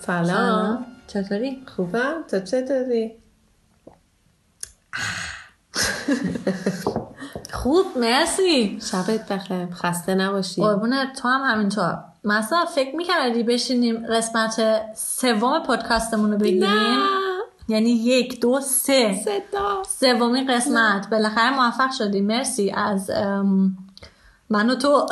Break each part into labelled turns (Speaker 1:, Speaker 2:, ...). Speaker 1: سلام
Speaker 2: چطوری؟
Speaker 1: خوبم تا چطوری؟
Speaker 2: خوب مرسی
Speaker 1: شبت بخیر خسته نباشی
Speaker 2: قربون تو هم همینطور مثلا فکر میکردی بشینیم قسمت سوم پادکستمون رو بگیریم یعنی یک دو سه
Speaker 1: صدا
Speaker 2: سومین قسمت بالاخره موفق شدی مرسی از ام، من و تو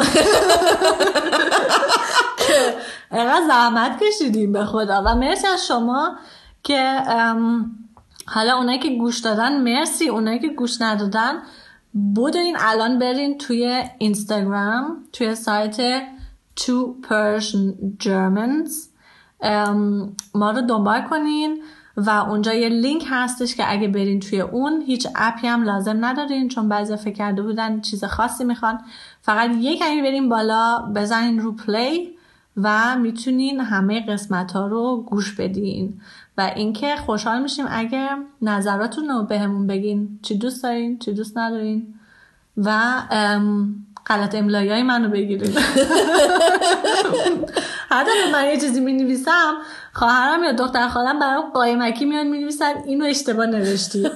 Speaker 2: که اینقدر زحمت کشیدیم به خدا و مرسی از شما که ام، حالا اونایی که گوش دادن مرسی اونایی که گوش ندادن بدونین الان برین توی اینستاگرام توی سایت Two Persian Germans ام، ما رو دنبال کنین و اونجا یه لینک هستش که اگه برین توی اون هیچ اپی هم لازم ندارین چون بعضی فکر کرده بودن چیز خاصی میخوان فقط یک کمی برین بالا بزنین رو پلی و میتونین همه قسمت ها رو گوش بدین و اینکه خوشحال میشیم اگه نظراتون رو بهمون بگین چی دوست دارین چی دوست ندارین و ام، غلط املایی های منو بگیرین حتی اگه من یه چیزی می نویسم خواهرم یا دختر خالم برام قایمکی میان می نویسن اینو اشتباه نوشتی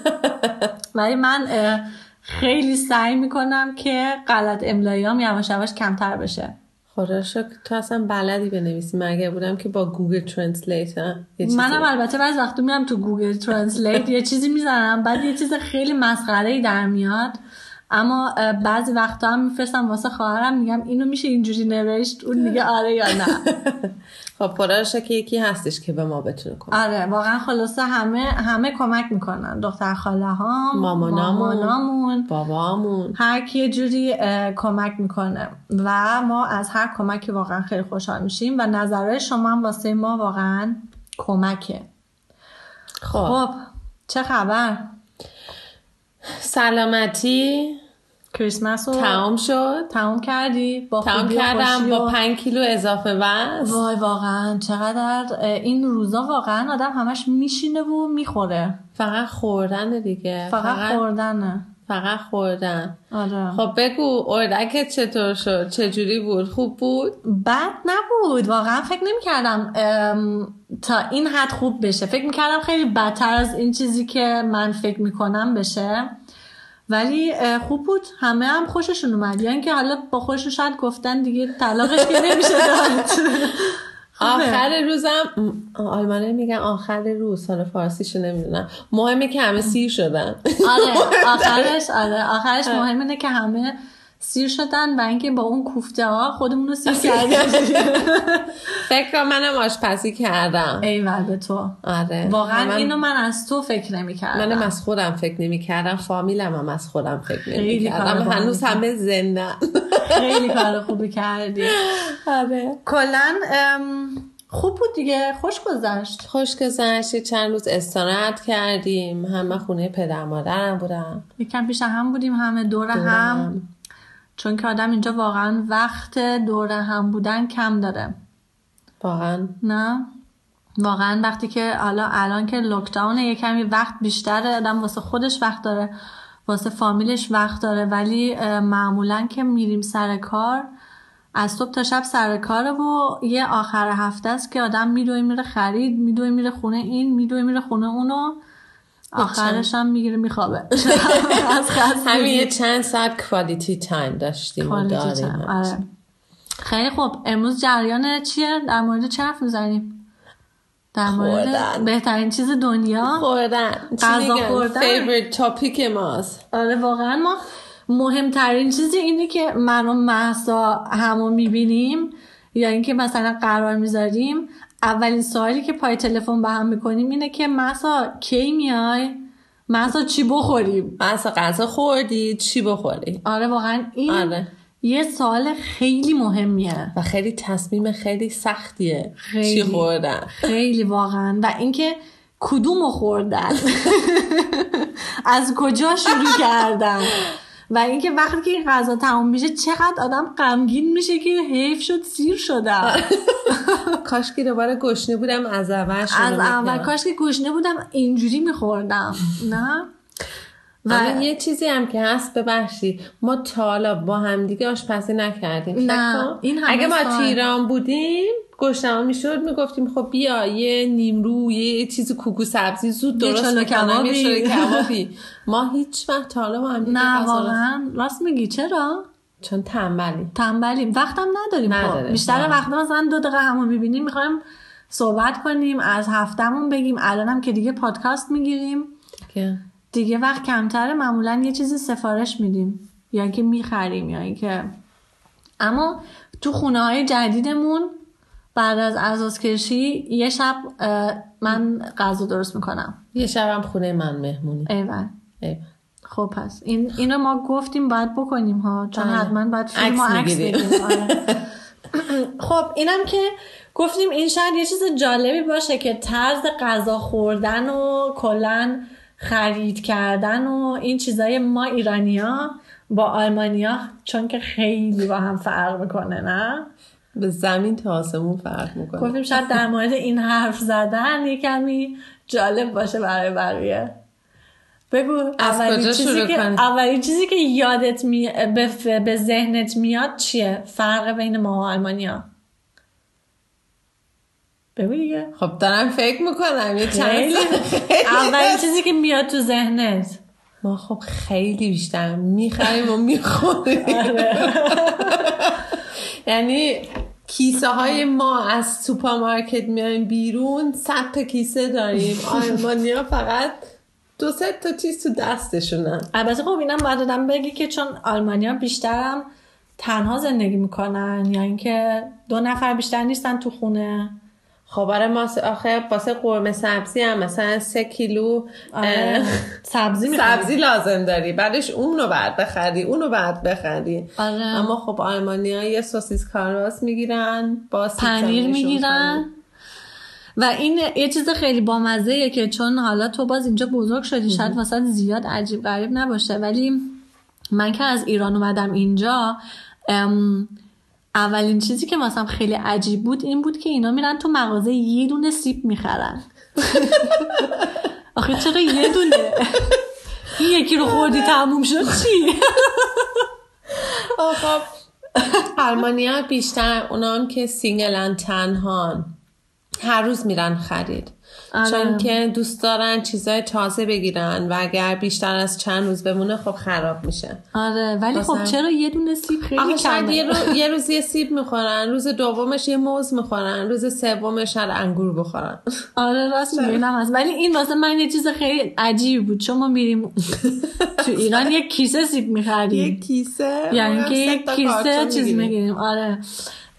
Speaker 2: ولی من اه، خیلی سعی میکنم که غلط املاییام یواش یواش کمتر بشه
Speaker 1: خدا شکر تو اصلا بلدی بنویسی مگه بودم که با گوگل ترنسلیت یه چیزی
Speaker 2: منم البته بعضی وقتا میرم تو گوگل ترنسلیت یه چیزی میزنم بعد یه چیز خیلی مسخره ای در میاد اما اه، بعضی وقتا هم میفرستم واسه خواهرم میگم اینو میشه اینجوری نوشت اون میگه آره یا نه
Speaker 1: خب خدا شکر که یکی هستش که به ما بتونه کنه
Speaker 2: آره واقعا خلاصه همه همه کمک میکنن دختر خاله ها
Speaker 1: مامانامون.
Speaker 2: مامانامون
Speaker 1: بابامون
Speaker 2: هر کی یه جوری اه، کمک میکنه و ما از هر کمکی واقعا خیلی خوشحال میشیم و نظرهای شما هم واسه ما واقعا کمکه
Speaker 1: خب
Speaker 2: خب چه خبر
Speaker 1: سلامتی
Speaker 2: کریسمس رو
Speaker 1: تمام شد
Speaker 2: تموم کردی با
Speaker 1: تمام
Speaker 2: خوبی و خوشی
Speaker 1: کردم
Speaker 2: و-
Speaker 1: با 5 کیلو اضافه وزن
Speaker 2: وای واقعا چقدر اه، این روزا واقعا آدم همش میشینه و میخوره
Speaker 1: فقط خوردن دیگه
Speaker 2: فقط خوردنه
Speaker 1: فقط خوردن
Speaker 2: آره
Speaker 1: خب بگو اردکت چطور شد چجوری بود خوب بود
Speaker 2: بد نبود واقعا فکر نمیکردم تا این حد خوب بشه فکر میکردم خیلی بدتر از این چیزی که من فکر میکنم بشه ولی اه، خوب بود همه هم خوششون اومد یا اینکه حالا با خوششون شاید گفتن دیگه طلاقش که نمیشه داد خوبه.
Speaker 1: آخر روزم م، آلمانه میگن آخر روز حالا فارسیشو نمیدونم مهمه که همه سیر شدن
Speaker 2: آره آخرش آره آخرش مهم اینه که همه سیر شدن و اینکه با اون کوفته ها خودمون رو سیر کردیم
Speaker 1: فکر کنم منم آشپزی کردم
Speaker 2: ایول به تو
Speaker 1: آره
Speaker 2: واقعا
Speaker 1: من-
Speaker 2: اینو من از تو فکر نمیکردم
Speaker 1: منم از خودم فکر نمی کردم فامیلم هم از خودم فکر نمی
Speaker 2: خیلی کار
Speaker 1: کردم
Speaker 2: باحالی.
Speaker 1: هنوز همه زنده
Speaker 2: خیلی کار خوبی کردی
Speaker 1: آره
Speaker 2: کلا ام، خوب بود دیگه خوش گذشت
Speaker 1: خوش گذشت یه چند روز استراحت کردیم همه خونه پدر مادرم بودم
Speaker 2: یکم پیش هم بودیم همه دور هم
Speaker 1: هم.
Speaker 2: چون که آدم اینجا واقعا وقت دور هم بودن کم داره
Speaker 1: واقعا
Speaker 2: نه واقعا وقتی که حالا الان که لوکداون یه کمی وقت بیشتره آدم واسه خودش وقت داره واسه فامیلش وقت داره ولی اه، معمولا که میریم سر کار از صبح تا شب سر کاره و یه آخر هفته است که آدم میدوی میره خرید میدوی میره خونه این میدوی میره خونه اونو آخرش هم میگیره میخوابه از
Speaker 1: همین
Speaker 2: خستگی.
Speaker 1: یه چند ساعت کوالیتی تایم داشتیم و
Speaker 2: Quality
Speaker 1: داریم
Speaker 2: time. آره. خیلی خب امروز جریان چیه در مورد چه حرف میزنیم در مورد
Speaker 1: خوردن.
Speaker 2: بهترین چیز دنیا
Speaker 1: خوردن چی
Speaker 2: غذا
Speaker 1: میگن؟
Speaker 2: خوردن.
Speaker 1: favorite topic ماست
Speaker 2: آره واقعا ما مهمترین چیزی اینه که من و محسا همو میبینیم یا اینکه مثلا قرار میذاریم اولین سوالی که پای تلفن به هم میکنیم اینه که محسا کی میای محسا چی بخوریم
Speaker 1: اصلا غذا خوردی چی بخوری
Speaker 2: آره واقعا این
Speaker 1: آره.
Speaker 2: یه سوال خیلی مهمیه
Speaker 1: و خیلی تصمیم خیلی سختیه
Speaker 2: خیلی.
Speaker 1: چی خوردن
Speaker 2: خیلی واقعا و اینکه کدوم رو خوردن از کجا شروع کردن و اینکه وقتی که این غذا تموم میشه چقدر آدم غمگین میشه که حیف شد سیر شدم
Speaker 1: کاش که دوباره گشنه بودم از اول شروع
Speaker 2: از اول
Speaker 1: می‌کردم.
Speaker 2: کاش که گشنه بودم اینجوری میخوردم نه
Speaker 1: و آره، یه چیزی هم که هست ببخشی ما تا حالا با همدیگه آشپزی نکردیم فکر
Speaker 2: نه،
Speaker 1: کن.
Speaker 2: این همه
Speaker 1: اگه ما
Speaker 2: سال.
Speaker 1: تو ایران بودیم گشتما میشد میگفتیم خب بیا یه نیمرو یه چیزی کوکو سبزی زود درست
Speaker 2: چلو
Speaker 1: میکنم یه
Speaker 2: کبابی.
Speaker 1: چلو کبابی ما هیچ وقت تا حالا با همدیگه غذا
Speaker 2: نه
Speaker 1: نخوردیم.
Speaker 2: واقعا راست میگی چرا
Speaker 1: چون تنبلی
Speaker 2: تنبلیم وقتم نداریم
Speaker 1: نداره.
Speaker 2: خب. بیشتر
Speaker 1: نه.
Speaker 2: وقت مثلا دو دقیقه همو میبینیم میخوایم صحبت کنیم از هفتمون بگیم الانم که دیگه پادکست میگیریم
Speaker 1: که
Speaker 2: دیگه وقت کمتره معمولا یه چیزی سفارش میدیم یا اینکه میخریم یا اینکه اما تو خونه های جدیدمون بعد از ازازکشی یه شب اه، من غذا درست میکنم
Speaker 1: یه شبم خونه من مهمونی
Speaker 2: ایول
Speaker 1: ایول.
Speaker 2: خب پس این اینو ما گفتیم باید بکنیم ها چون
Speaker 1: بله.
Speaker 2: حتما باید فیلم
Speaker 1: عکس
Speaker 2: و عکس
Speaker 1: می‌گیریم.
Speaker 2: بگیریم. آره. خب اینم که گفتیم این شاید یه چیز جالبی باشه که طرز غذا خوردن و کلا خرید کردن و این چیزای ما ایرانیا با آلمانیا چون که خیلی با هم فرق میکنه نه
Speaker 1: به زمین تا آسمون فرق میکنه
Speaker 2: گفتیم شاید در مورد این حرف زدن یه کمی جالب باشه برای بقیه بگو
Speaker 1: از
Speaker 2: اولین
Speaker 1: کجا
Speaker 2: چیزی,
Speaker 1: شروع
Speaker 2: که
Speaker 1: کنیم؟
Speaker 2: اولین چیزی که یادت می... به... به ذهنت میاد چیه فرق بین ما و آلمانیا بگو دیگه
Speaker 1: خب دارم فکر میکنم یه چند
Speaker 2: خیلی. اولین چیزی که میاد تو ذهنت
Speaker 1: ما خب خیلی بیشتر میخریم و میخوریم آره. یعنی کیسه های ما از سوپرمارکت میایم بیرون صد تا کیسه داریم آلمانیا فقط دو سه تا چیز تو دستشونن
Speaker 2: البته خب اینم باید آدم بگی که چون آلمانیا بیشترم تنها زندگی میکنن یا اینکه دو نفر بیشتر نیستن تو خونه
Speaker 1: خب آره ما س- آخه واسه قرمه سبزی هم مثلا سه کیلو
Speaker 2: آره.
Speaker 1: اه،
Speaker 2: سبزی می‌خوری.
Speaker 1: سبزی لازم داری بعدش اونو بعد بخری اونو بعد بخری
Speaker 2: آره.
Speaker 1: اما خب آلمانی ها یه سوسیس کاراس میگیرن با سیب
Speaker 2: پنیر
Speaker 1: زمینشون
Speaker 2: میگیرن و این یه چیز خیلی بامزه که چون حالا تو باز اینجا بزرگ شدی شاید واسه زیاد عجیب غریب نباشه ولی من که از ایران اومدم اینجا ام، اولین چیزی که واسم خیلی عجیب بود این بود که اینا میرن تو مغازه یه دونه سیب میخرن آخه چرا یه دونه این یکی رو خوردی تموم شد چی؟
Speaker 1: آه، خب آلمانی ها بیشتر اونا هم که سینگلن تنهان هر روز میرن خرید
Speaker 2: آره.
Speaker 1: چون که دوست دارن چیزای تازه بگیرن و اگر بیشتر از چند روز بمونه خب خراب میشه
Speaker 2: آره ولی خب
Speaker 1: واسم.
Speaker 2: چرا یه دونه سیب خیلی
Speaker 1: آخه شاید
Speaker 2: کمه
Speaker 1: یه, رو... یه روز یه سیب میخورن روز دومش یه موز میخورن روز سومش هر انگور بخورن
Speaker 2: آره راست میگی اینم هست ولی این واسه من یه چیز خیلی عجیب بود چون ما میریم تو ایران یه کیسه سیب
Speaker 1: یه
Speaker 2: میخریم
Speaker 1: کیسه
Speaker 2: یعنی
Speaker 1: اونم
Speaker 2: که
Speaker 1: سه
Speaker 2: یه
Speaker 1: تا
Speaker 2: کیسه
Speaker 1: کارتون
Speaker 2: چیز
Speaker 1: می‌گیری.
Speaker 2: میگیریم آره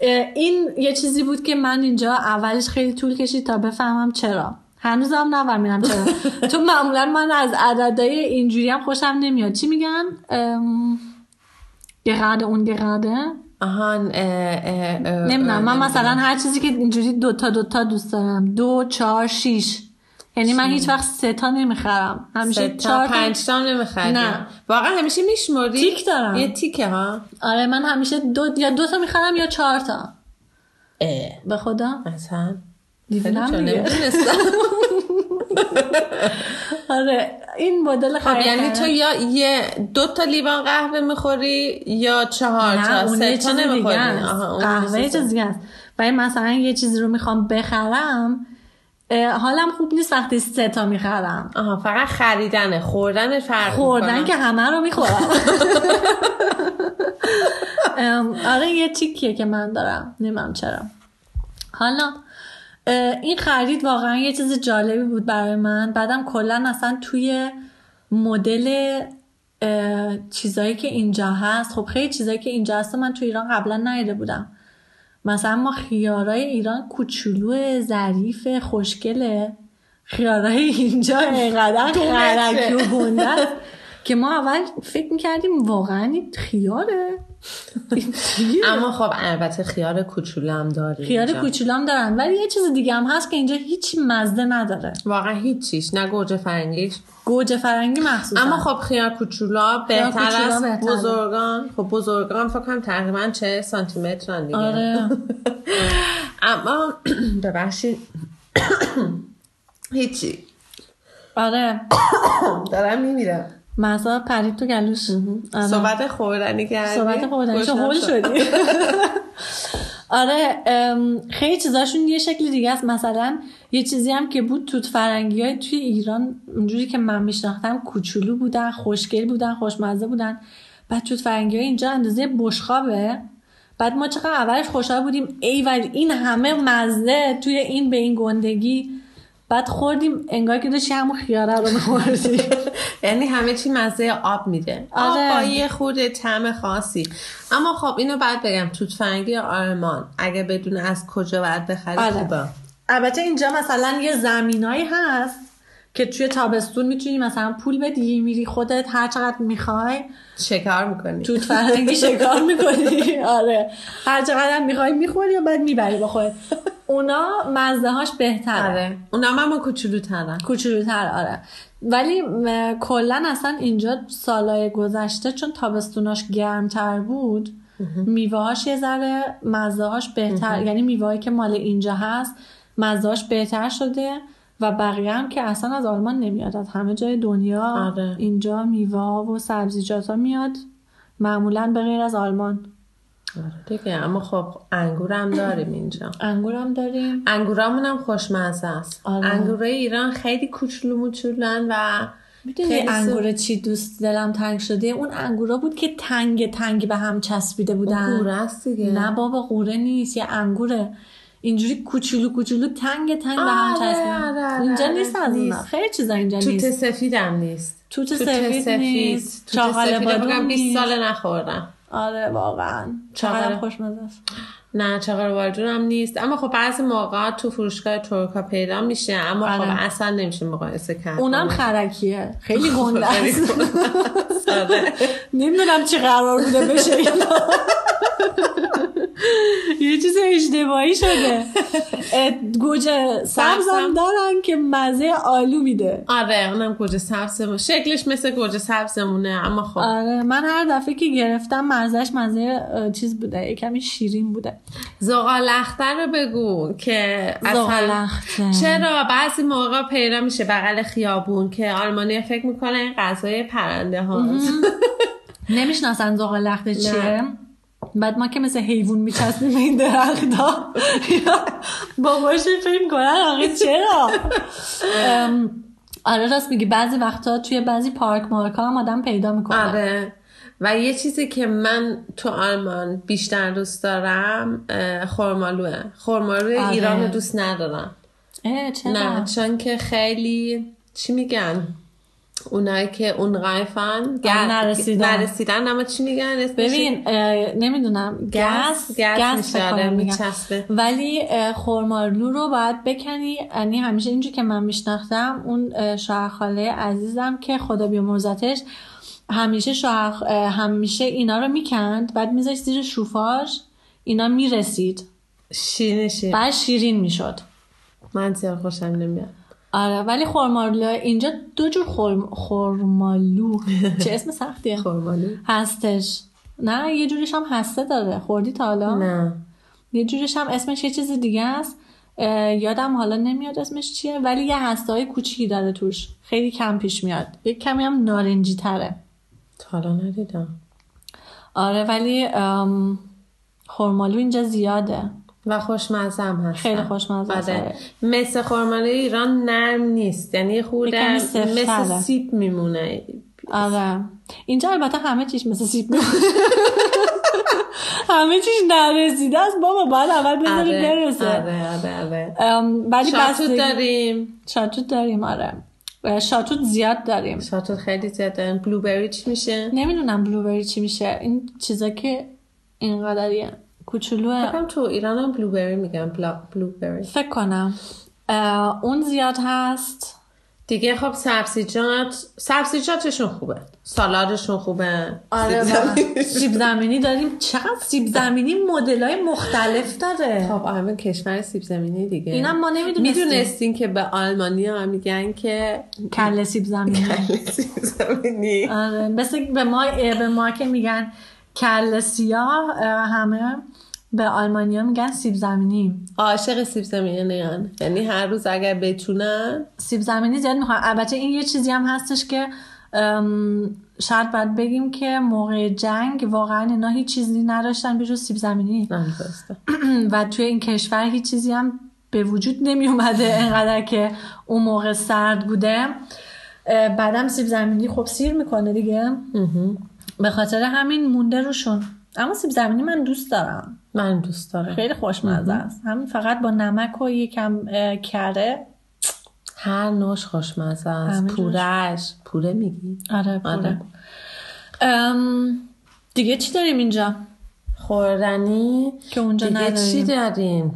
Speaker 2: اه، این یه چیزی بود که من اینجا اولش خیلی طول کشید تا بفهمم چرا هنوز هم نفهمیدم چرا تو معمولا من از عددهای اینجوری هم خوشم نمیاد چی میگن ام، gerade اون gerade
Speaker 1: آهان
Speaker 2: نمیدونم من مثلا هر چیزی که اینجوری دوتا دوتا دوست دارم دو چهار شیش یعنی من هیچ وقت سه تا نمیخرم همیشه
Speaker 1: چهار
Speaker 2: چهار تا-
Speaker 1: پنج تا نمیخریم
Speaker 2: نه.
Speaker 1: واقعا همیشه میشموری
Speaker 2: تیک دارم.
Speaker 1: یه تیکه ها
Speaker 2: آره من همیشه دو یا دو تا میخرم یا چهار تا
Speaker 1: اه.
Speaker 2: به خدا
Speaker 1: مثلا
Speaker 2: دیوونم
Speaker 1: خیلی چون
Speaker 2: دیگه.
Speaker 1: نمی‌دونستم.
Speaker 2: آره این مدل
Speaker 1: خب
Speaker 2: خرید
Speaker 1: یعنی
Speaker 2: کردن.
Speaker 1: تو یا یه دو تا لیوان قهوه میخوری یا چهار
Speaker 2: نه
Speaker 1: تا
Speaker 2: اون یه
Speaker 1: سه
Speaker 2: چیز
Speaker 1: تا
Speaker 2: دیگه
Speaker 1: نمیخوری
Speaker 2: است.
Speaker 1: آها، اون
Speaker 2: قهوه یه
Speaker 1: چیز
Speaker 2: چیز دیگه است ولی مثلا یه چیزی رو میخوام بخرم اه، حالم خوب نیست وقتی سه تا میخرم
Speaker 1: آها فقط خریدنه خوردن فرق
Speaker 2: خوردن
Speaker 1: می‌کنه.
Speaker 2: خب، که همه رو میخورم ام، آره یه تیکیه که من دارم نمیم چرا حالا اه، این خرید واقعا یه چیز جالبی بود برای من بعدم کلا اصلا توی مدل اه، چیزایی که اینجا هست خب خیلی چیزایی که اینجا هست رو من توی ایران قبلا ندیده بودم مثلا ما خیارای ایران کوچولو ظریف خوشگله خیارای اینجا اینقدر خرکی و گنده است که ما اول فکر میکردیم واقعا این خیاره این چیه؟
Speaker 1: اما خب البته خیار کوچولو هم داری
Speaker 2: خیار
Speaker 1: اینجا.
Speaker 2: کوچولام دارن ولی یه چیز دیگه هم هست که اینجا هیچ مزه نداره
Speaker 1: واقعا هیچیش نه گوجه فرنگیش
Speaker 2: گوجه فرنگی مخصوصا
Speaker 1: اما خب خیار کوچولا بهتر
Speaker 2: کوچولا
Speaker 1: از
Speaker 2: بهتره.
Speaker 1: بزرگان خب بزرگان فکر کنم تقریبا 40 سانتی مترن دیگه
Speaker 2: آره
Speaker 1: اما ببخشید هیچی
Speaker 2: آره
Speaker 1: دارم میمیرم
Speaker 2: مزا آره. پرید تو گلوش آره.
Speaker 1: صحبت خوردنی کردی
Speaker 2: صحبت خوردنش
Speaker 1: گشنم
Speaker 2: هول
Speaker 1: شد.
Speaker 2: شدی آره ام، خیلی چیزاشون یه شکل دیگه است مثلا یه چیزی هم که بود توت فرنگی های توی ایران اونجوری که من میشناختم کوچولو بودن خوشگل بودن خوشمزه بودن بعد توت فرنگی های اینجا اندازه بشخابه بعد ما چقدر اولش خوشحال بودیم ای ولی این همه مزه توی این به این گندگی بعد خوردیم انگار که داشتی همون خیاره رو میخوردی
Speaker 1: یعنی همه چی مزه آب میده
Speaker 2: آره.
Speaker 1: آب با یه خورده طعم خاصی اما خب اینو بعد بگم توتفنگی آرمان اگه بدون از کجا باید بخری
Speaker 2: آره.
Speaker 1: خوبه
Speaker 2: البته اینجا مثلا یه زمینایی هست که توی تابستون میتونی مثلا پول بدی میری خودت هر چقدر میخوای
Speaker 1: شکار میکنی
Speaker 2: توت فرنگی شکار میکنی آره هر چقدر هم میخوای میخوری و بعد میبری با خودت اونا مزه هاش بهتره
Speaker 1: آره اونا هم اما کوچولو ترن
Speaker 2: کوچولوتر آره ولی م، کلا اصلا اینجا سالای گذشته چون تابستوناش گرمتر بود میوهاش یه ذره مزهاش بهتر یعنی میوهایی که مال اینجا هست مزهاش بهتر شده و بقیه هم که اصلا از آلمان نمیاد از همه جای دنیا
Speaker 1: آره.
Speaker 2: اینجا میوه ها و سبزیجات ها میاد معمولا به غیر از آلمان
Speaker 1: آره دیگه اما خب انگورم داریم اینجا
Speaker 2: انگور هم داریم
Speaker 1: انگورامون هم خوشمزه است
Speaker 2: آره.
Speaker 1: انگورای ایران خیلی کوچولو موچولن و
Speaker 2: میدونی
Speaker 1: خیلی سو-
Speaker 2: انگور چی دوست دلم تنگ شده اون انگورا بود که تنگ تنگ به هم چسبیده بودن
Speaker 1: گوره است دیگه
Speaker 2: نه بابا قوره نیست یه انگوره اینجوری کوچولو کوچولو تنگ تنگ به هم
Speaker 1: آره،
Speaker 2: چسبن
Speaker 1: آره، آره،
Speaker 2: اینجا
Speaker 1: آره،
Speaker 2: نیست از اونا
Speaker 1: نیست.
Speaker 2: خیلی چیزا اینجا
Speaker 1: توت
Speaker 2: نیست
Speaker 1: سفیدم نیست
Speaker 2: توت
Speaker 1: توت
Speaker 2: سفید نیست.
Speaker 1: توت
Speaker 2: چاقال
Speaker 1: سفید
Speaker 2: بادوم
Speaker 1: بگم 20
Speaker 2: نیست.
Speaker 1: سال نخوردم
Speaker 2: آره واقعا
Speaker 1: آره.
Speaker 2: چقدر خوشمزه است
Speaker 1: نه چغال والجون هم نیست اما خب بعضی موقع تو فروشگاه ترکا پیدا میشه اما
Speaker 2: آره.
Speaker 1: خب اصلا نمیشه مقایسه کرد آره.
Speaker 2: اونم خرکیه خیلی گنده
Speaker 1: خیلی
Speaker 2: است
Speaker 1: آره.
Speaker 2: نمیدونم چی قرار بوده بشه اینا. یه چیز اشتباهی شده اه، گوجه سبزم
Speaker 1: سبزم.
Speaker 2: دارن که مزه آلو میده
Speaker 1: آره اونم گوجه سبزمون شکلش مثل گوجه سبزمونه اما خب
Speaker 2: آره من هر دفعه که گرفتم مزهش مزه اه، چیز بوده یه کمی شیرین بوده
Speaker 1: زغالخته رو بگو که اصلا-
Speaker 2: زغالخته.
Speaker 1: چرا بعضی موقع پیدا میشه بغل خیابون که آلمانی فکر میکنن این غذای پرنده هاست
Speaker 2: نمیشناسن زغال لخته چیه بعد ما که مثل حیوان میچسبیم به این درخت ها با باشون فیلم کنن آقا چرا ام، آره راست میگی بعضی وقتا توی بعضی پارک مارک ها هم آدم پیدا میکنه
Speaker 1: آره و یه چیزی که من تو آلمان بیشتر دوست دارم اه، خرمالوه خرمالو
Speaker 2: آره.
Speaker 1: ایران رو دوست ندارم
Speaker 2: اه، چرا
Speaker 1: نه چون که خیلی چی میگن اونایی که اون غایفن
Speaker 2: آه، نرسیدن.
Speaker 1: نرسیدن اما چی میگن اسمش؟
Speaker 2: ببین اه، نمیدونم گس
Speaker 1: گس گس
Speaker 2: فکر
Speaker 1: میشه، آره،
Speaker 2: کنم میگن.
Speaker 1: میچسبه
Speaker 2: ولی اه، خرمالو رو باید بکنی یعنی همیشه اینجور که من میشناختم اون اه، شوهرخاله عزیزم که خدا بیامرزتش همیشه شوهر اه، همیشه اینا رو میکند بعد میذاشت زیر شوفاش اینا میرسید
Speaker 1: شیرین شیرین
Speaker 2: بعد شیرین میشد
Speaker 1: من زیاد خوشم نمیاد
Speaker 2: آره ولی خرمالو اینجا دو جور خرم... خرمالو چه اسم سختیه
Speaker 1: خرمالو
Speaker 2: هستش نه یه جوریش هم هسته داره خوردی تا حالا
Speaker 1: نه
Speaker 2: یه جورش هم اسمش یه چیز دیگه است اه، یادم حالا نمیاد اسمش چیه ولی یه هسته های کوچیکی داره توش خیلی کم پیش میاد یه کمی هم نارنجی تره
Speaker 1: تا حالا ندیدم
Speaker 2: آره ولی ام، خرمالو اینجا زیاده
Speaker 1: و خوشمزه هم هست
Speaker 2: خیلی خوشمزه است،
Speaker 1: آره.
Speaker 2: آره.
Speaker 1: مثل خرمالوی ایران نرم نیست یعنی یه
Speaker 2: یه
Speaker 1: خورده
Speaker 2: کمی سفت‌تره.
Speaker 1: مثل سیب میمونه
Speaker 2: آره اینجا البته همه چیش مثل سیب میمونه. همه چیش نرسیده است بابا باید اول بذاری برسه
Speaker 1: آره آره آره
Speaker 2: ام، ولی
Speaker 1: شاتوت
Speaker 2: بستگی-
Speaker 1: داریم
Speaker 2: شاتوت داریم آره اه، شاتوت زیاد داریم
Speaker 1: شاتوت خیلی زیاد داریم بلوبری چی میشه
Speaker 2: نمیدونم بلوبری چی میشه این چیزا که اینقدریه کوچولوه
Speaker 1: هم تو ایران هم بلوبری میگن بلا بلوبری
Speaker 2: فکر کنم اه، اون زیاد هست
Speaker 1: دیگه خب سبزیجات سبزیجاتشون خوبه سالادشون خوبه
Speaker 2: آره
Speaker 1: سیب زمینی.
Speaker 2: واقعا. سیب زمینی داریم چقدر سیب زمینی مدل های مختلف داره
Speaker 1: خب همه کشور سیب زمینی دیگه
Speaker 2: اینم ما نمیدونستیم.
Speaker 1: میدونستین که به آلمانی ها میگن که
Speaker 2: کله سیب زمینی
Speaker 1: کل سیب زمینی
Speaker 2: آره مثل به ما اه، به ما که میگن کله سیاه اه، همه به آلمانیا میگن سیب زمینی
Speaker 1: عاشق سیب زمینی هن. یعنی هر روز اگر بتونن
Speaker 2: سیب زمینی زیاد میخوام البته این یه چیزی هم هستش که ام، شاید باید بگیم که موقع جنگ واقعا اینا هیچ چیزی نداشتن به جز سیب زمینی
Speaker 1: من درسته.
Speaker 2: و توی این کشور هیچ چیزی هم به وجود نمی اومده انقدر که اون موقع سرد بوده اه، بعدم سیب زمینی خب سیر میکنه دیگه به خاطر همین مونده روشون اما سیب زمینی من دوست دارم
Speaker 1: من دوست دارم
Speaker 2: خیلی خوشمزه است همین فقط با نمک و یکم اه، کره
Speaker 1: هر نوش خوشمزه است
Speaker 2: همه جوش.
Speaker 1: پورش پوره میگی
Speaker 2: آره
Speaker 1: آره.
Speaker 2: آره دیگه چی داریم اینجا
Speaker 1: خوردنی
Speaker 2: که اونجا
Speaker 1: دیگه
Speaker 2: نداریم.
Speaker 1: چی داریم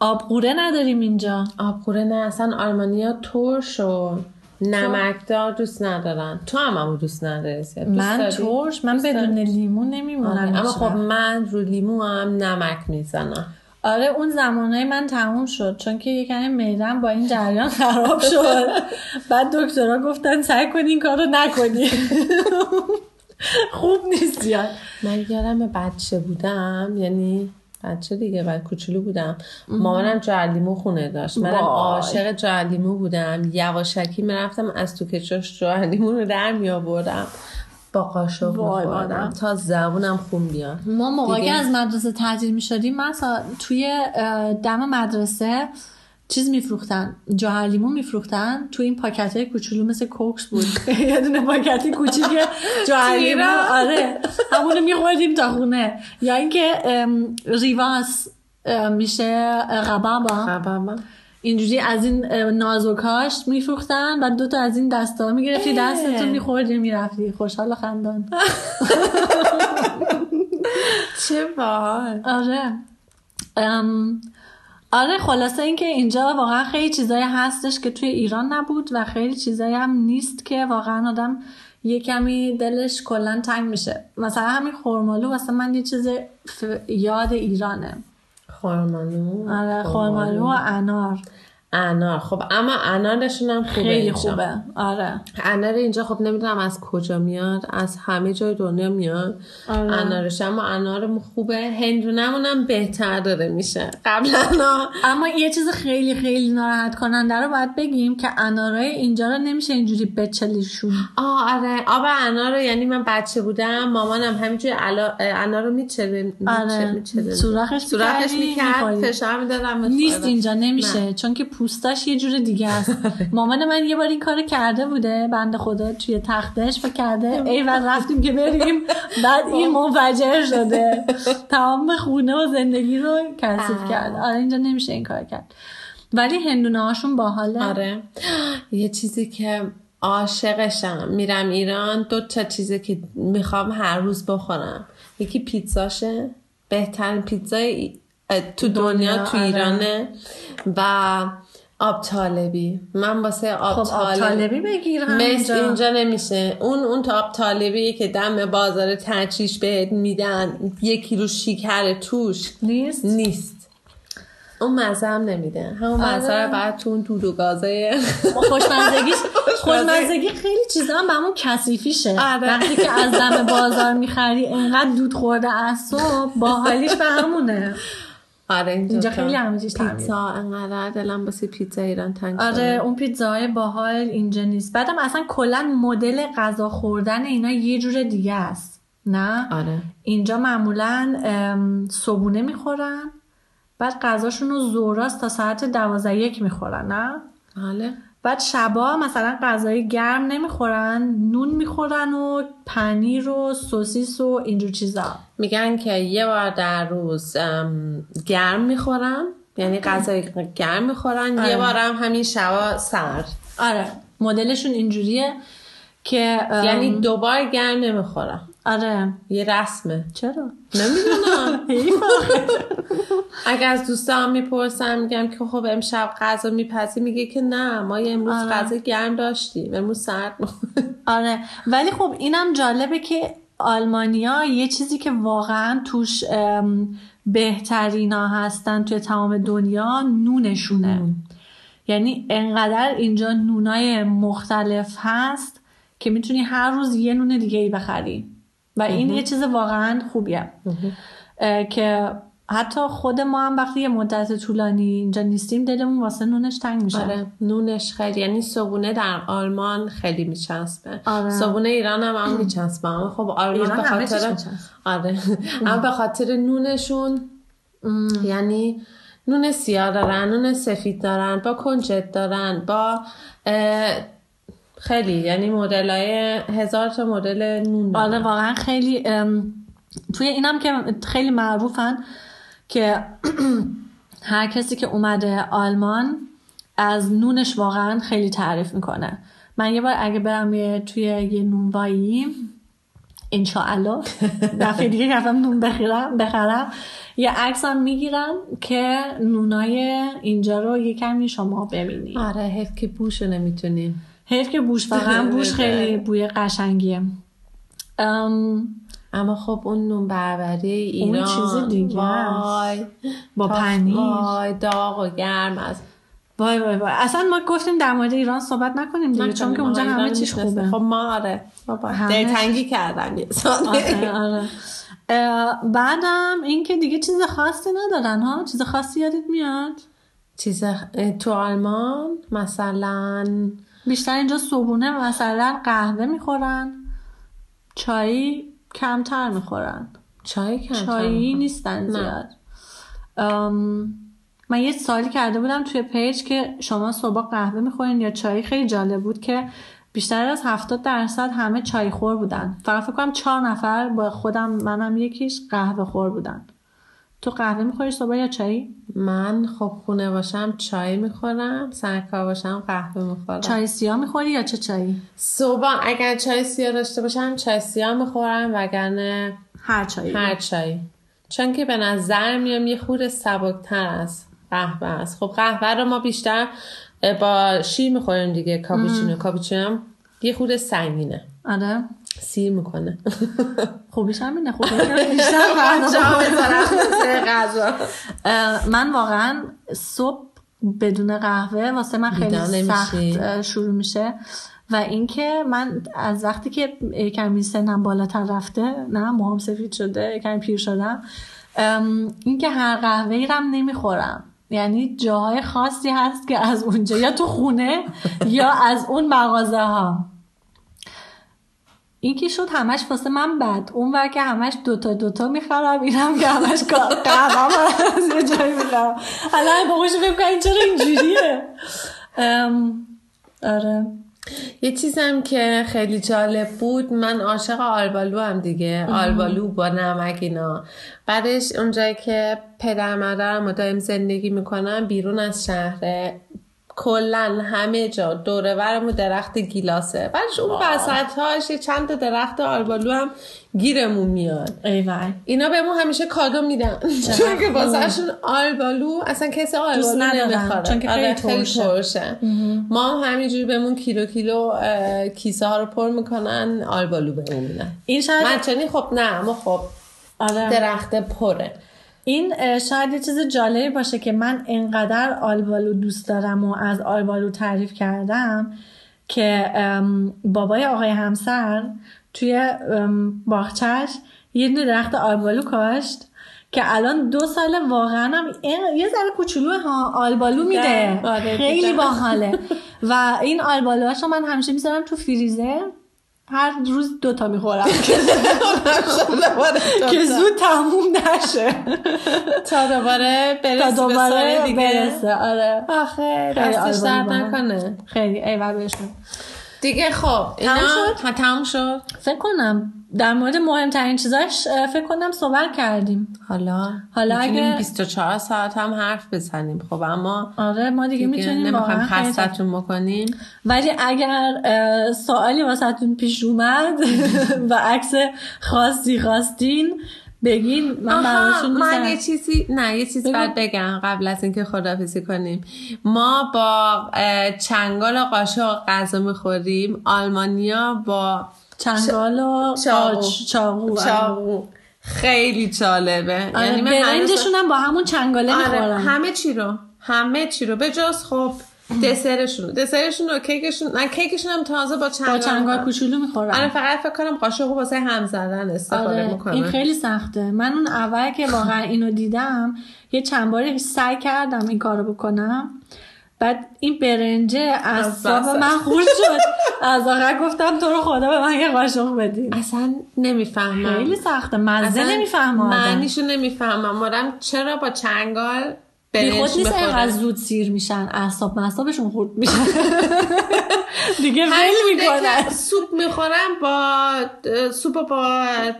Speaker 2: آبقوره نداریم اینجا
Speaker 1: آبکوره نه اصلا آلمانیا ترش و نمکدار دوست ندارن تو هم همو دوست نداری زیاد. دوست
Speaker 2: من
Speaker 1: داری؟
Speaker 2: ترش من
Speaker 1: دوست
Speaker 2: بدون
Speaker 1: داری؟
Speaker 2: لیمون نمیمونم
Speaker 1: آره. اما خب من رو لیمو هم نمک میزنم
Speaker 2: آره اون زمانه من تموم شد چون که یکم میدم با این جریان خراب شد بعد دکترها گفتن سعی کنی این کار رو نکنی خوب نیست زیاد
Speaker 1: من یادم بچه بودم یعنی بچه دیگه بعد کوچولو بودم مامانم جلیمو خونه داشت منم
Speaker 2: وای.
Speaker 1: عاشق جلیمو بودم یواشکی میرفتم از تو کچاش جلیمو رو در می آوردم با قاشق
Speaker 2: وای،
Speaker 1: میخوردم
Speaker 2: مادر.
Speaker 1: تا زبونم خون بیاد
Speaker 2: ما موقعی
Speaker 1: دیگه.
Speaker 2: که از مدرسه تعطیل می شدیم من سا- توی اه، دم مدرسه چیز میفروختن جوهر لیمو میفروختن تو این پاکت های کوچولو مثل کوکس بود یه دونه پاکت کوچیک جوهر لیمو
Speaker 1: تیره.
Speaker 2: آره همونو میخوردیم تا خونه یا اینکه ام، ریواس ام، میشه قبابا
Speaker 1: خبرم
Speaker 2: اینجوری از این اه، نازوکاش میفروختن بعد دوتا از این دستا میگرفتی
Speaker 1: اه.
Speaker 2: دستتون میخوردی میرفتی خوشحال و خندان
Speaker 1: چه بال
Speaker 2: آره ام، آره خلاصه اینکه اینجا واقعا خیلی چیزایی هستش که توی ایران نبود و خیلی چیزایی هم نیست که واقعا آدم یه کمی دلش کلا تنگ میشه مثلا همین خورمالو واسه من یه چیز ف- یاد ایرانه
Speaker 1: خورمانو
Speaker 2: آره خورمالو و انار
Speaker 1: انار خب اما انارشون هم خوبه
Speaker 2: خیلی
Speaker 1: اینجا.
Speaker 2: خوبه آره
Speaker 1: انار اینجا خب نمیدونم از کجا میاد از همه جای دنیا میاد
Speaker 2: آره.
Speaker 1: انارش اما انارم خوبه هندونمون هم بهتر داره میشه قبلا
Speaker 2: اما یه چیز خیلی خیلی ناراحت کننده رو باید بگیم که انارای اینجا رو نمیشه اینجوری بچلیشون
Speaker 1: آه آره آب انار رو یعنی من بچه بودم مامانم همینجوری علا... انار رو میچره
Speaker 2: آره. سوراخش
Speaker 1: سوراخش
Speaker 2: می‌کردی،
Speaker 1: میکرد
Speaker 2: می‌خوری.
Speaker 1: فشار میدادم
Speaker 2: نیست اینجا نمیشه چون که پوستش یه جور دیگه است مامان من یه بار این کار کرده بوده بنده خدا توی تختش و کرده ای و رفتیم که بریم بعد
Speaker 1: خب.
Speaker 2: این منفجر شده تمام خونه و زندگی رو کثیف
Speaker 1: آه.
Speaker 2: کرد آره اینجا نمیشه این کار کرد ولی هندونه هاشون باحاله
Speaker 1: آره یه چیزی که عاشقشم میرم ایران دو تا چیزی که میخوام هر روز بخورم یکی پیتزاشه بهترین پیتزای ای- اه، تو دنیا,
Speaker 2: دنیا،
Speaker 1: تو
Speaker 2: آره.
Speaker 1: ایرانه و آب طالبی من واسه آب,
Speaker 2: خب آب
Speaker 1: طالبی
Speaker 2: طالبی بگیر
Speaker 1: مثل
Speaker 2: همینجا.
Speaker 1: اینجا نمیشه اون اون تا آب طالبی که دم بازار ترچیش بهت میدن یکی رو شکر توش
Speaker 2: نیست
Speaker 1: نیست اون مزه هم نمیده همون
Speaker 2: آره.
Speaker 1: مزه رو بعد تو اون دود و گازه
Speaker 2: خوشمزگیش خوشمزگی خیلی چیزا هم به همون کثیفیشه
Speaker 1: آره.
Speaker 2: وقتی که از دم بازار میخری انقدر دود خورده اعصاب با حالیش به همونه
Speaker 1: آره اینجا,
Speaker 2: اینجا
Speaker 1: تو.
Speaker 2: خیلی همه چیز تعمیره.
Speaker 1: پیتزا انقدر دلم واسه پیتزا ایران تنگ
Speaker 2: آره
Speaker 1: شده.
Speaker 2: اون پیتزاهای باحال اینجا نیست بعدم اصلا کلا مدل غذا خوردن اینا یه جور دیگه است نه
Speaker 1: آره
Speaker 2: اینجا معمولا ام، صبونه میخورن بعد غذاشون رو زوراست تا ساعت دوازده یک میخورن نه
Speaker 1: حاله
Speaker 2: بعد شبا مثلا غذای گرم نمیخورن نون میخورن و پنیر و سوسیس و اینجور چیزا
Speaker 1: میگن که یه بار در روز ام، گرم میخورم یعنی غذای گرم میخورن یه
Speaker 2: آره.
Speaker 1: بارم همین شبا سرد
Speaker 2: آره مدلشون اینجوریه که ام،
Speaker 1: یعنی دوبار گرم نمیخورم
Speaker 2: آره
Speaker 1: یه رسمه
Speaker 2: چرا
Speaker 1: نمیدونم اگر از دوستان میپرسم میگم که خب امشب غذا میپسی میگه که نه ما یه امروز
Speaker 2: آره.
Speaker 1: غذا گرم داشتیم امروز سرد می‌خوریم.
Speaker 2: آره ولی خب اینم جالبه که آلمانیا یه چیزی که واقعا توش ام، بهترینا هستن توی تمام دنیا نونشونه یعنی انقدر اینجا نونای مختلف هست که میتونی هر روز یه نون دیگه ای بخری و این یه چیز واقعا خوبیه اه، که حتی خود ما هم وقتی یه مدت طولانی اینجا نیستیم دلمون واسه نونش تنگ میشه
Speaker 1: آره نونش خیلی یعنی صبونه در آلمان خیلی میچسبه
Speaker 2: آره.
Speaker 1: صبونه ایران هم هم میچسبه اما خب آلمان
Speaker 2: ایران
Speaker 1: به
Speaker 2: همه چیز
Speaker 1: خاطر
Speaker 2: میچسبه.
Speaker 1: آره اما به خاطر نونشون یعنی نون سیاه دارن نون سفید دارن با کنجد دارن با اه، خیلی یعنی مدل های هزار تا مدل نون دارن.
Speaker 2: آره واقعا خیلی ام، توی اینم که خیلی معروفن که هر کسی که اومده آلمان از نونش واقعا خیلی تعریف میکنه من یه بار اگه برم یه توی یه نونوایی انشاءالله دفعه دیگه که رفتم نون بخرم بخرم یه عکسم میگیرم که نونای اینجا رو یه کمی شما ببینید
Speaker 1: آره حیف که بوشو نمیتونیم
Speaker 2: حیف که بوش واقعا بوش خیلی بوی قشنگیه ام،
Speaker 1: اما خب اون نون بربری ایران
Speaker 2: چیز دیگه
Speaker 1: وای
Speaker 2: با
Speaker 1: تا-
Speaker 2: پنیر.
Speaker 1: وای داغ و گرم از
Speaker 2: وای وای وای اصلا ما گفتیم در مورد ایران صحبت نکنیم دیگه چون که اونجا
Speaker 1: آه،
Speaker 2: همه
Speaker 1: ایران
Speaker 2: چیز
Speaker 1: می‌شناسه.
Speaker 2: خوبه
Speaker 1: خب ما آره بابا
Speaker 2: همه-
Speaker 1: دلتنگی کردم یه سال
Speaker 2: آره، آره. اه، بعدم این که دیگه چیز خاصی ندارن ها چیز خاصی یادت میاد
Speaker 1: چیز اه، تو آلمان مثلا
Speaker 2: بیشتر اینجا صبونه مثلا قهوه میخورن چای کمتر میخورن
Speaker 1: چای کم
Speaker 2: چایی نیستن زیاد ام، من یه سوالی کرده بودم توی پیج که شما صبح قهوه میخورین یا چای خیلی جالب بود که بیشتر از 70 درصد همه چای خور بودن فقط فکر کنم چهار نفر با خودم منم یکیش قهوه خور بودن تو قهوه میخوری صبح یا چای؟
Speaker 1: من خب خونه باشم چای میخورم سرکار باشم قهوه میخورم
Speaker 2: چای سیاه میخوری یا چه چایی؟
Speaker 1: صبح اگر چای سیاه داشته باشم چای سیاه میخورم وگرنه
Speaker 2: هر چایی
Speaker 1: هر چایی چون که به نظر میام یه خورده سبکتر از قهوه است خب قهوه رو ما بیشتر با شیر میخوریم دیگه کاپوچینو کاپوچینو هم یه خورده سنگینه
Speaker 2: آره
Speaker 1: سیر میکنه
Speaker 2: خوبیش هم اینه خوبیش هم بیشتر قهوه خور. اه، من واقعا صبح بدون قهوه واسه من
Speaker 1: بیدار
Speaker 2: خیلی
Speaker 1: نمیشی.
Speaker 2: سخت اه، شروع میشه و اینکه من از وقتی که کمی سنم بالاتر رفته نه موهام سفید شده کمی پیر شدم ام، اینکه هر قهوه ای رم نمیخورم یعنی جاهای خاصی هست که از اونجا یا تو خونه یا از اون مغازه ها این که شد همش واسه من بد اون ور که همش دوتا دوتا میخرم اینم که همش قهرم از یه جایی میخرم الان با خوش فکر کنم چرا اینجوریه ام، آره
Speaker 1: یه چیزم که خیلی جالب بود من عاشق آلبالو هم دیگه آلبالو با نمک اینا بعدش اونجایی که پدر مادرم رو دایم زندگی میکنم بیرون از شهره کلا همه جا دوره برمون درخت گیلاسه بعدش اون وسط هاش یه چند تا درخت آلبالو هم گیرمون میاد
Speaker 2: ای وای
Speaker 1: اینا بهمون همیشه کادو میدن چون که واسهشون آلبالو اصلا کسی
Speaker 2: دوست
Speaker 1: آلبالو
Speaker 2: ندارن،
Speaker 1: نمیخوره آره،
Speaker 2: چون که خیلی ترشه.
Speaker 1: ترشه. ما هم همینجوری بهمون کیلو کیلو اه، کیسه ها رو پر میکنن آلبالو بهمون میدن
Speaker 2: این شاید
Speaker 1: مچانی خب نه اما خب
Speaker 2: آره.
Speaker 1: درخت پره
Speaker 2: این اه، شاید یه چیز جالبی باشه که من انقدر آلبالو دوست دارم و از آلبالو تعریف کردم که ام، بابای آقای همسر توی ام، باغچش یه دونه درخت آلبالو کاشت که الان دو سال واقعا هم این- یه ذره کوچولو ها آلبالو میده
Speaker 1: دیدم. آره،
Speaker 2: خیلی
Speaker 1: دیدم.
Speaker 2: باحاله و این آلبالوهاش رو من همیشه میذارم تو فریزر هر روز دوتا میخورم که زود تموم نشه آره.
Speaker 1: تا دوباره برسه
Speaker 2: تا دوباره
Speaker 1: دیگه
Speaker 2: برسه آره
Speaker 1: آخه
Speaker 2: خیلی
Speaker 1: دستش
Speaker 2: آلبالو
Speaker 1: درد
Speaker 2: باحال.
Speaker 1: نکنه
Speaker 2: خیلی ایول بهشون
Speaker 1: دیگه خب اینا
Speaker 2: تموم شد؟
Speaker 1: ها، تموم شد
Speaker 2: فکر کنم در مورد مهمترین چیزاش اه، فکر کنم صحبت کردیم
Speaker 1: حالا
Speaker 2: حالا
Speaker 1: میتونیم
Speaker 2: اگه-
Speaker 1: 24 ساعت هم حرف بزنیم خب اما
Speaker 2: آره ما دیگه میتونیم
Speaker 1: نمیخوایم
Speaker 2: واقعا خیلی تا-
Speaker 1: خستتون بکنیم
Speaker 2: ولی اگر اه، سوالی واسهتون پیش اومد و عکس خاصی خواستین بگین من
Speaker 1: آها
Speaker 2: براتون
Speaker 1: من یه
Speaker 2: می‌ذارم.
Speaker 1: چیزی نه یه چیز
Speaker 2: بگو.
Speaker 1: بعد بگم قبل از اینکه خدافزی کنیم ما با اه، چنگال و قاشق غذا میخوریم آلمانیا با
Speaker 2: چنگال و
Speaker 1: چاقو.
Speaker 2: آج، چاقو
Speaker 1: چاقو خیلی جالبه
Speaker 2: آره،
Speaker 1: یعنی من هنوز-
Speaker 2: برنجشون هم با همون چنگاله
Speaker 1: آره،
Speaker 2: میخورن
Speaker 1: همه چی رو همه چی رو به جز خب دسرشون دسرشون و کیکشون نه کیکشون هم تازه با چنگال
Speaker 2: با چنگال کوچولو
Speaker 1: من
Speaker 2: میخورم
Speaker 1: فقط فکر کنم قاشق واسه هم زدن استفاده
Speaker 2: آره
Speaker 1: میکنم
Speaker 2: این خیلی سخته من اون اول که واقعا اینو دیدم یه چند باری سعی کردم این کارو بکنم بعد این برنجه از
Speaker 1: بس.
Speaker 2: من خورد شد از آخر گفتم تو رو خدا به من یه قاشق بدین
Speaker 1: اصلا نمیفهمم
Speaker 2: خیلی سخته مزه نمیفهمم آدم.
Speaker 1: معنیشو نمیفهمم آدم چرا با چنگال برنج
Speaker 2: بی خود نیست
Speaker 1: بخوره؟
Speaker 2: اینقدر زود سیر میشن اعصاب مصابشون خورد میشن دیگه ویل
Speaker 1: همینه
Speaker 2: میکنن
Speaker 1: که سوپ میخورم با اه، سوپ و با اه،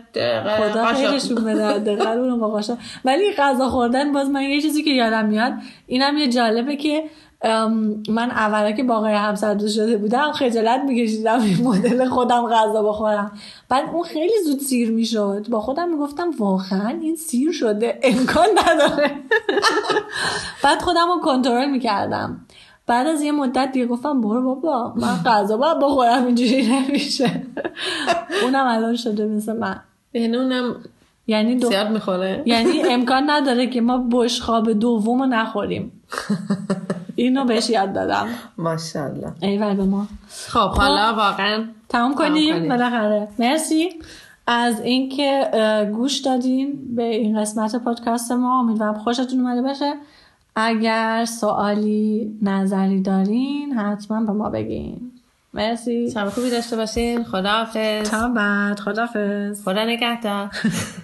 Speaker 2: خدا
Speaker 1: آره، قاشق.
Speaker 2: خیرشون بده دقیقاً اونو با قاشق. ولی غذا خوردن باز من یه چیزی که یادم میاد اینم یه جالبه که ام، من اولا که با آقای همسرده شده بودم خجالت میکشیدم این مدل خودم غذا بخورم بعد اون خیلی زود سیر میشد با خودم میگفتم واقعا این سیر شده امکان نداره بعد خودم رو کنترل میکردم بعد از یه مدت دیگه گفتم برو بابا من غذا باید بخورم اینجوری نمیشه اونم الان شده مثل من
Speaker 1: یعنی اونم
Speaker 2: یعنی دو...
Speaker 1: زیاد میخوره
Speaker 2: یعنی امکان نداره که ما بشخاب دوم رو نخوریم اینو بهش یاد دادم
Speaker 1: ماشاءالله
Speaker 2: ایول به ما
Speaker 1: خب حالا واقعا
Speaker 2: تمام
Speaker 1: کنیم.
Speaker 2: کنیم بالاخره مرسی از اینکه اه، گوش دادین به این قسمت پادکست ما امیدوارم خوشتون اومده باشه اگر سوالی نظری دارین حتما به ما بگین مرسی
Speaker 1: شب خوبی داشته باشین خداحافظ
Speaker 2: تا بعد خدافز
Speaker 1: خدا نگهدار